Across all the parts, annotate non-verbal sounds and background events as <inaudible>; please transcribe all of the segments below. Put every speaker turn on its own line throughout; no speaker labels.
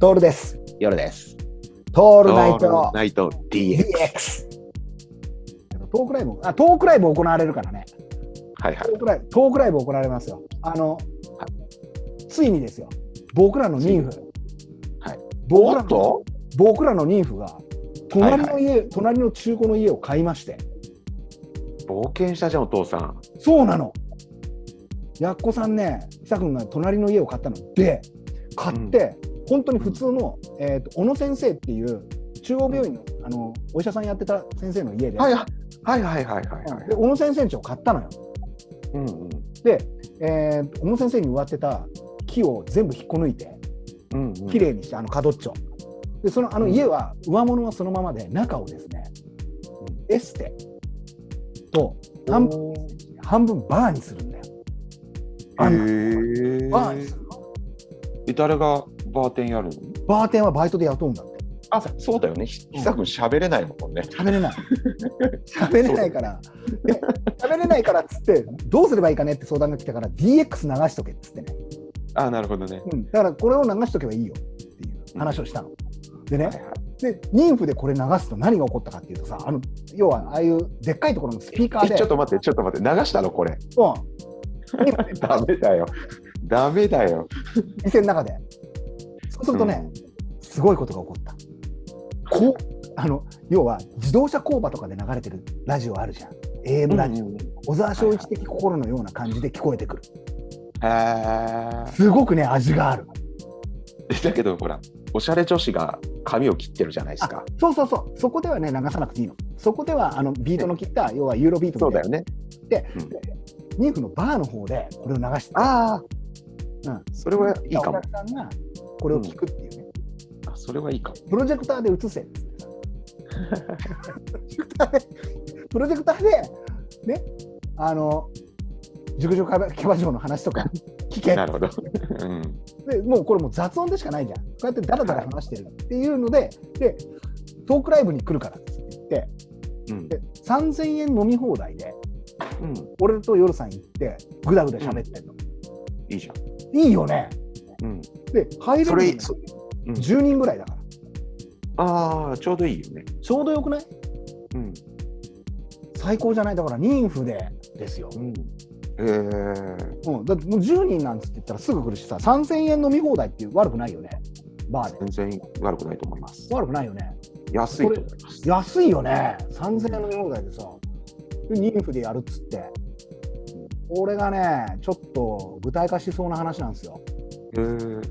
トールです。
夜です。
トー
オ
ルナイト
ナイト DX。
DX。トークライブ、あ、トークライブ行われるからね。
はいは
トークライブ、トークライブ行われますよ。あの、ついにですよ。僕らの
つい
妊
に
婦。
はい。
僕ら
おっ
の
と、
僕らの妊婦が、隣
はい
の家、隣の中古の家を買いまして。
い。冒険したじゃん、お父さん。
そうなの。やっこさんね、久くんが隣の家を買ったので、買って、本当に普通の、えー、と小野先生っていう中央病院の,、あのお医者さんやってた先生の家で,、
はいはいはいはいはいはいはい。
で小野先生んちを買ったのよ。
うんうん
で、えー小野先生に植わってた木を全部引っこ抜いて、
うんうん。
綺麗にして、あの角っちょ。で、そのあの家は、上物はそのままで、中をですね、エステと半分
お
半分バーにするんだよ。あの
ーへ
バーにす
ー
るの
え。誰がバーテンやるの
バーテンはバイトで雇うんだって。
あ、そうだよね。ひさくん喋れないもんね。
喋れない。喋れないから。で喋れないからっつって、どうすればいいかねって相談が来たから、DX 流しとけっつってね。
あ、なるほどね。
うん、だからこれを流しとけばいいよっていう話をしたの。で
はい
ね、
はい
で妊婦でこれ流すと何が起こったかっていうとさ、あの要はああいうでっかいところのスピーカー
え
で、
ちょっと待って、ちょっと待って、流したのこれ。
うん、妊婦で
<laughs> ダメだよ。ダメだよ。
店の中で。そうするとね、すごいことが起こった。こうあの要は自動車工場とかで流れてるラジオあるじゃん。
うん。う
AM
ん
ラジオ、
うん
小沢昭一的心のような感じで聞こえてくる。
あー
すごくね、味がある。
だけど、ほら、おしゃれ女子が髪を切ってるじゃないですか。
そうそうそう、そこではね、流さなくていいの。そこではあのビートの切った、要はユーロビート
そう
みた
だ
い
よ
な
ね。
ニーフのバーの方でこれを流して、
ああ、
うん
それはいいかも
お。客さんがこれを聞くっていうね、
あそれはいいかも。
プロジェクターで映せっつってさ <laughs> プロジェクターで、ね、あの、熟女キャバ嬢の話と
<laughs>
か聞け
なるほ <laughs> ど。うん。
でもうこれもう雑音でしかないじゃんこうやってダラダラ話してるっていうので,、でトークライブに来るからって言って
うん。
で3000円飲み放題で
うん。
俺と夜さん行ってぐだぐだ喋ってんの、
いいじゃん。
いいよね
うん。
で入れ
そ
るの
れ
ね、
そうん
10人ぐらいだから
ああ、ちょうどいいよね。
ちょうどよくない
うん。
最高じゃないだから人数でですよ、
うん。えー、
うん、だってもう10人なんつって言ったらすぐ来るしさ3000円飲み放題って悪くないよねバーで
全然悪くないと思います。
悪くないよね
安いと思います。
安いよね3000円の飲み放題でさで妊婦でやるっつって俺がねちょっと具体化しそうな話なんですよ
えー、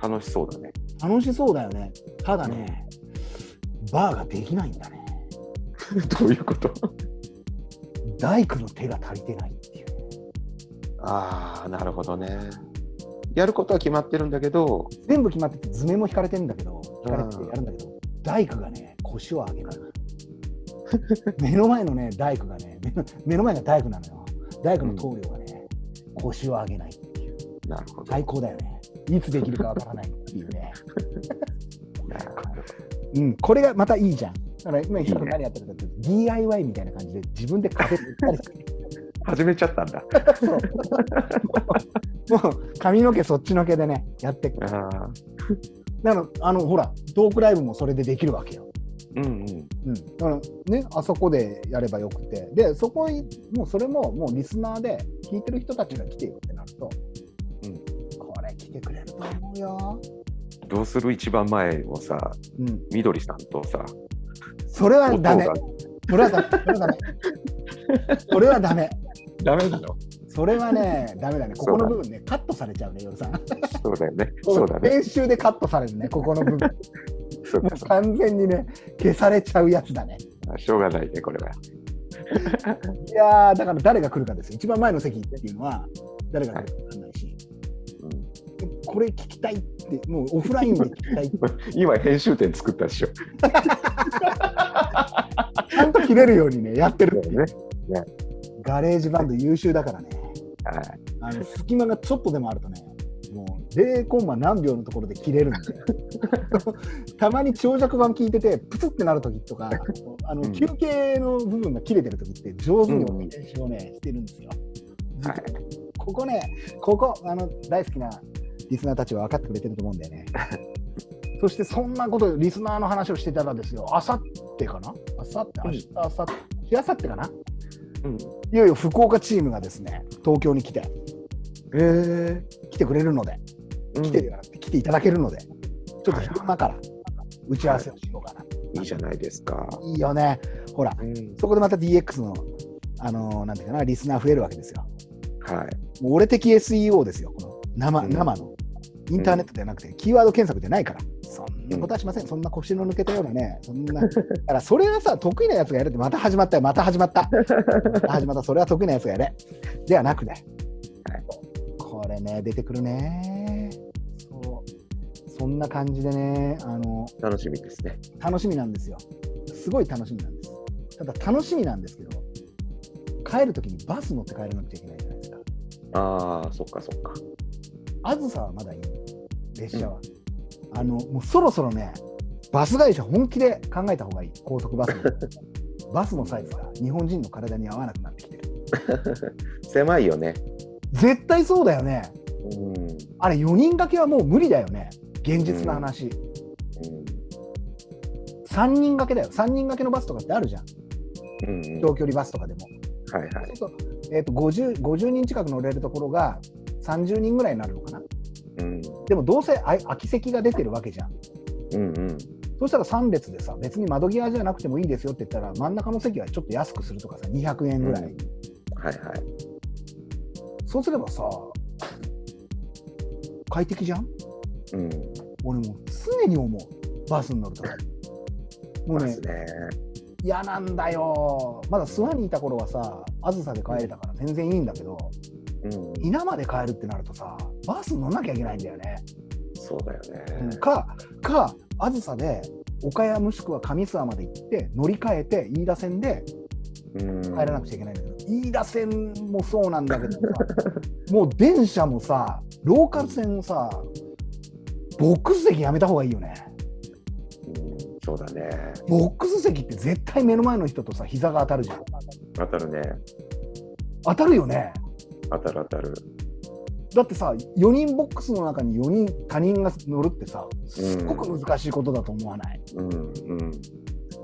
楽しそうだね。 <laughs>
楽しそうだよねただねバーができないんだね
どういうこと
大工の手が足りてないっていう
ああ、なるほどね。やることは決まってるんだけど、
全部決まってて図面も引かれてんだけど引かれてて
うん
やるんだけど大工がね腰を上げない目の前のね大工がね目の目の前が大工なのよ大工の棟梁がね、腰を上げないっていう
なるほど。
最高だよねいつできるかわからないっていうね、
なるほど
うん、これがまたいいじゃんだから今
いいね
久く何やってるかっていうと DIY みたいな感じで自分で壁塗ったりして
<laughs> 始めちゃったんだ。
そうもう髪の毛そっちのけでねやってく
ああ、
だからあのほらトークライブもそれでできるわけよ
うんうん。
うん、だからね、あそこでやればよくて、で、そこに、もうそれも、もうリスナーで、聞いてる人たちが来てよってなると、
うん
これ来てくれると思うよ。
どうする一番前をさ、
うん、
みどりさんとさ、
それは
音
ダメ
が。
それはダメ。それはダメ。それはダメ。
ダメなの
それはね、ダメだね。こ
そうだ
この部分ね、カットされちゃうね、夜さん。
そうだよね。そうだね。
練習でカットされるね、ここの
<laughs>
部分。
そう
も
か
う
そう
完全にね、消されちゃうやつだね。
か。しょうがないね、これは。
いやー、だから誰が来るかですよ。一番前の席っていうのは、誰が来るか分かんないし。
うん
これ聞きたいって、もうオフラインで聞きたいって、
<laughs> 今、編集点作ったでしょ。
ちゃんと切れるようにね、やってるっていう
ね。
ガレージバンド優秀だからね、
はい。
あの隙間がちょっとでもあるとね、もう0コンマ何秒のところで切れる
<laughs>
んで、たまに長尺版聞いてて、プツってなるときとか、あの
うん
休憩の部分が切れてるときって、上手にお練習をね、してるんですよ。
はい
こ
<laughs>
こね、ここ、あの大好きなリスナーたちは分かってくれてると思うんだよね。そしてそんなことリスナーの話をしてたらですよあさってかなあさって明日あさってしあさってかな
うん。
いよいよ福岡チームがですね東京に来て
え
来てくれるので
え
来てるよな来ていただけるのでちょっと昼間から打ち合わせをしようかな、
いいじゃないですか。
い、いよねほら
うん。
そこでまた DX のあのーなんていうかなリスナー増えるわけですよ
はい。
もう俺的 SEO ですよ、この生,、
うん
生の。インターネットじゃなくて、キーワード検索じゃないから、そんなことはしません、そんな腰の抜けたようなね、そんな、だからそれはさ、得意なやつがやれって、また始まったよ、また始まった、また始まった、それは得意なやつがやれ、ではなくね
はい、
これね、出てくるね、そう、そんな感じでね、あの
楽しみですね。
楽しみなんですよ、すごい楽しみなんです。ただ、楽しみなんですけど、帰るときにバス乗って帰らなくちゃいけないじゃないですか。
ああ、そっかそっか。
あずさはまだいい列車は、あのもうそろそろねバス会社本気で考えた方がいい高速
<laughs>
バスのバスのサイズが日本人の体に合わなくなってきてる
狭いよね。
絶対そうだよね
うん。うん。
あれ4人掛けはもう無理だよね現実の話、3人掛けだよ3人掛けのバスとかってあるじゃん
うんうん。
長距離バスとかでも、
はいはい。
そうすると,、えー、と 50, 50人近く乗れるところが30人ぐらいになるのかな
うん。
でもどうせあ空き席が出てるわけじゃん
うんうん。
そしたら3列でさ、別に窓際じゃなくてもいいですよって言ったら、真ん中の席はちょっと安くするとかさ、200円ぐらい。
うんはいはい。
そうすればさ、快適じゃん
うん。
俺もう常に思う、バスに乗るとか。もう
で
ね
す、ね。
嫌なんだよ。まだ諏訪にいた頃はさ、あずさで帰れたから全然いいんだけど、
うん。
稲まで帰るってなるとさ、バス乗んなきゃいけないんだよね。
そうだよね。
か、か、あずさで、岡谷もしくは上諏訪まで行って、乗り換えて、飯田線で
うん。
帰らなくちゃいけないんだけど、飯田線もそうなんだけ
<laughs>
どさ、もう電車もさ、ローカル線もさ、ボックス席やめた方がいいよね。
うん。そうだね。
ボックス席って絶対目の前の人とさ、膝が当たるじゃん。
当たるね。
当たるよね。
当たる当たる。
だってさ、4人ボックスの中に4人他人が乗るってさ、すっごく難しいことだと思わない。
うんうん。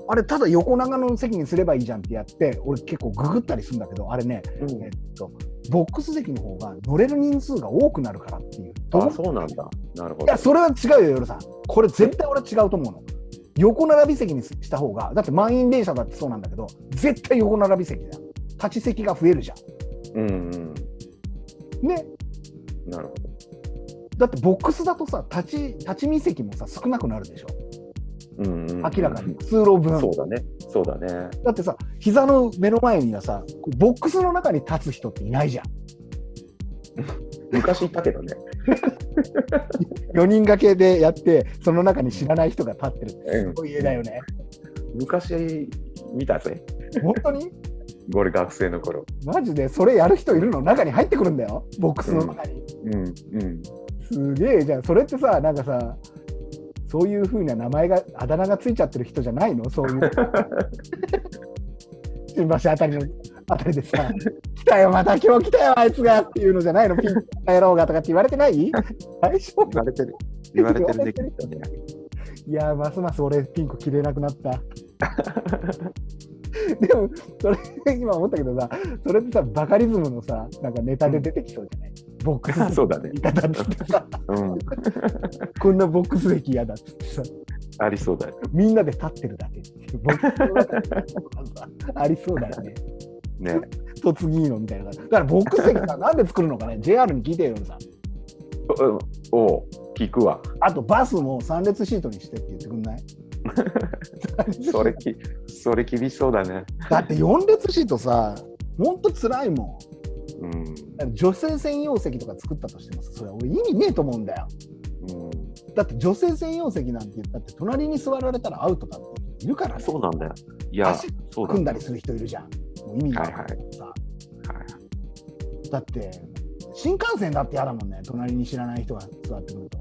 あれ、ただ横長の席にすればいいじゃんってやって、俺結構ググったりするんだけど、あれね、
うん
えっと、ボックス席の方が乗れる人数が多くなるからっていう。
あ、そうなんだ。なるほ
い
ど
や、。それは違うよ、ヨルさん。これ絶対俺は違うと思うの。横並び席にした方が、だって満員電車だってそうなんだけど、絶対横並び席じゃん。立ち席が増えるじゃ
うんうん。
ん。ね。
なるほど。
だってボックスだとさ、立ち、立ち見席もさ、少なくなるでしょ。
うんうんうん。
明らかに。通路分。
そうだね。そうだね。
だってさ、膝の目の前にはさ、ボックスの中に立つ人っていないじゃん。
昔いたけどね。
4人掛けでやって、その中に知らない人が立ってるって。
うん
すごい家だよね。
昔見たぜ。
本当に
俺学生の頃。
マジで、それやる人いるの中に入ってくるんだよ。ボックスの中に。
うんうん。
すげえじゃんそれってさなんかさそういうふうな名前があだ名がついちゃってる人じゃないのそういう <laughs> 新橋あたりのあたりでさ「来たよまた今日来たよあいつが」っていうのじゃないのピンク野郎がとかって言われてない大丈夫
言われてる。 <laughs> 言われてるねきっとね。
いやーますます俺ピンク着れなくなった <laughs> でもそれ今思ったけどさそれってさバカリズムのさなんかネタで出てきそうじゃない、ボックス
そうだね。
いただってさ
うん。
<laughs> こんなボックス席嫌だっつってさ
ありそうだね。
みんなで立ってるだけっていう僕の中でありそうだよね。
ね。
突撃のみたいな感じ。だからボックス席さ、なんで作るのかね、JR に聞いてよ、さん。
おおう、聞くわ。
あとバスも3列シートにしてって言ってくんない
それき、それ厳しそうだね。
だって4列シートさ、ほんとつらいもん。
うん。
だから女性専用席とか作ったとしてもさ、それ俺意味ねえと思うんだよ。
うん。
だって女性専用席なんて言ったって、隣に座られたらアウトだっていう人いるからね
そうなんだよ。いや
足、
そうだ
組ん
ね。
だりする人いるじゃん。もう意味がわかんないからさ。
はい
だって新幹線だって嫌だもんね隣に知らない人が座ってくると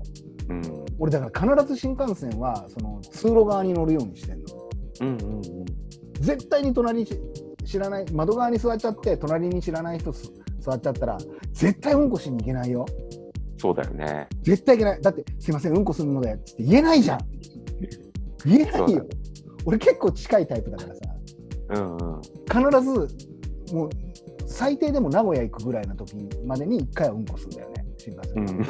うん。
俺だから必ず新幹線はその通路側に乗るようにしてんの
うんうんうん。
絶対に隣にし知らない窓側に座っちゃって隣に知らない人す座っちゃったら絶対うんこしに行けないよ
そうだよね。
絶対いけない。だって、すいません、うんこするので、つって言えないじゃん。言えな
そう
い
だ
よ。
ね。
俺結構近いタイプだからさ、
うんうん。
必ず、もう、最低でも名古屋行くぐらいの時までに1回はうんこするんだよね、新幹
う
線。
ん、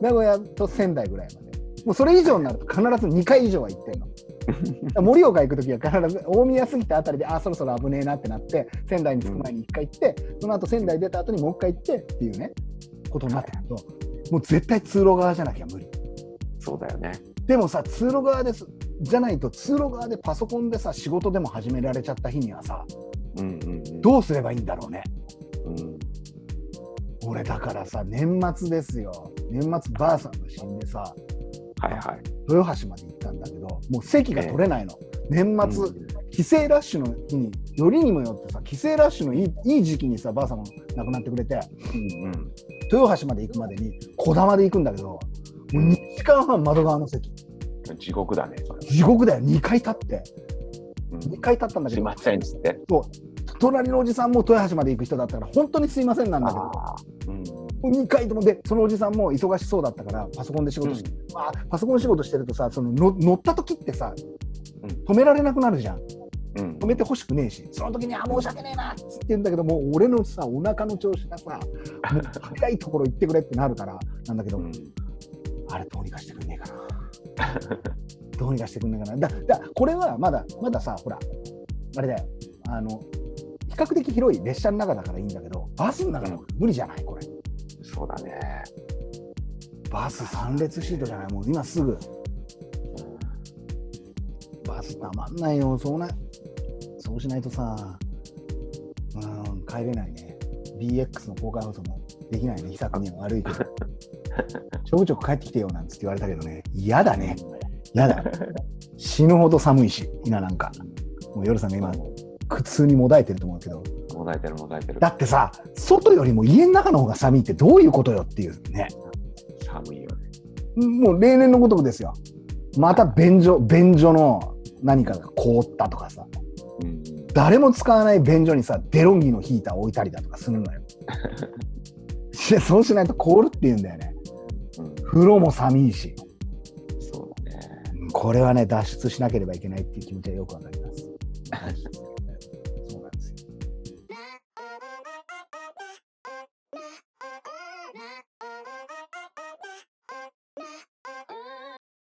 名古屋と仙台ぐらいまで。もうそれ以上になると必ず2回以上は行
<laughs>
ってんの。だから盛岡行く時は必ず大宮過ぎたあたりであそろそろ危ねえなってなって仙台に着く前に1回行って、その後仙台出た後にもう1回行ってっていうねことになってくるともう絶対通路側じゃなきゃ無理
そうだよね。
でもさ通路側ですじゃないと通路側でパソコンでさ仕事でも始められちゃった日にはさ
うんうんうん。
どうすればいいんだろうね
うん
俺だからさ年末ですよ年末ばあさんが死んでさ
はいはい。
豊橋まで行ったんだけどもう席が取れないの、年末、
うん
帰省ラッシュの日によりにもよってさ帰省ラッシュのいいいい時期にさばあさんも亡くなってくれて
うんうん。
豊橋まで行くまでにこだまで行くんだけどもう2時間半窓側の席
地獄だね、それは。
地獄だよ2回立って
うん
2回立ったんだけ
すい
ど
ませんっつって。
隣のおじさんも豊橋まで行く人だったから本当にすいませんなんだけど
あー。うん
2回ともでそのおじさんも忙しそうだったからパソコンで仕事して、まあ、パソコン仕事してるとさそのの乗った時ってさ
うん
止められなくなるじゃん
うん
止。めてほしくねえしその時に「あ申し訳ねえな」っつって言うんだけどもう俺のさお腹の調子がさもう高いところ行ってくれってなるからなんだけど、
うん
あれどうにかしてくんねえかなどうにかしてくんねえかなだだこれはまだまださほらあれだよあの比較的広い列車の中だからいいんだけどバスの中だから無理じゃないこれ
そうだね。
バス3列シートじゃないもう今すぐバスたまんないよそうなそうしないとさうん帰れないね BX の公開放送もできないね秘策には悪い <laughs> けどちょくちょく帰ってきてよなんつって言われたけどね嫌だね嫌だ死ぬほど寒いし今なんかもう夜さんが今苦痛にもだえてると思うけど
もだえてるもだえてる
だ。ってさ外よりも家の中の方が寒いってどういうことよっていうね
寒いよね。
もう例年のごとくですよまた便所便所の何かが凍ったとかさ
うん
誰も使わない便所にさデロンギのヒーター置いたりだとかするのよいやそうしないと凍るって言うんだよね
うん。
風呂も寒いし
そうだね。
これはね脱出しなければいけないっていう気持ちはよくわかります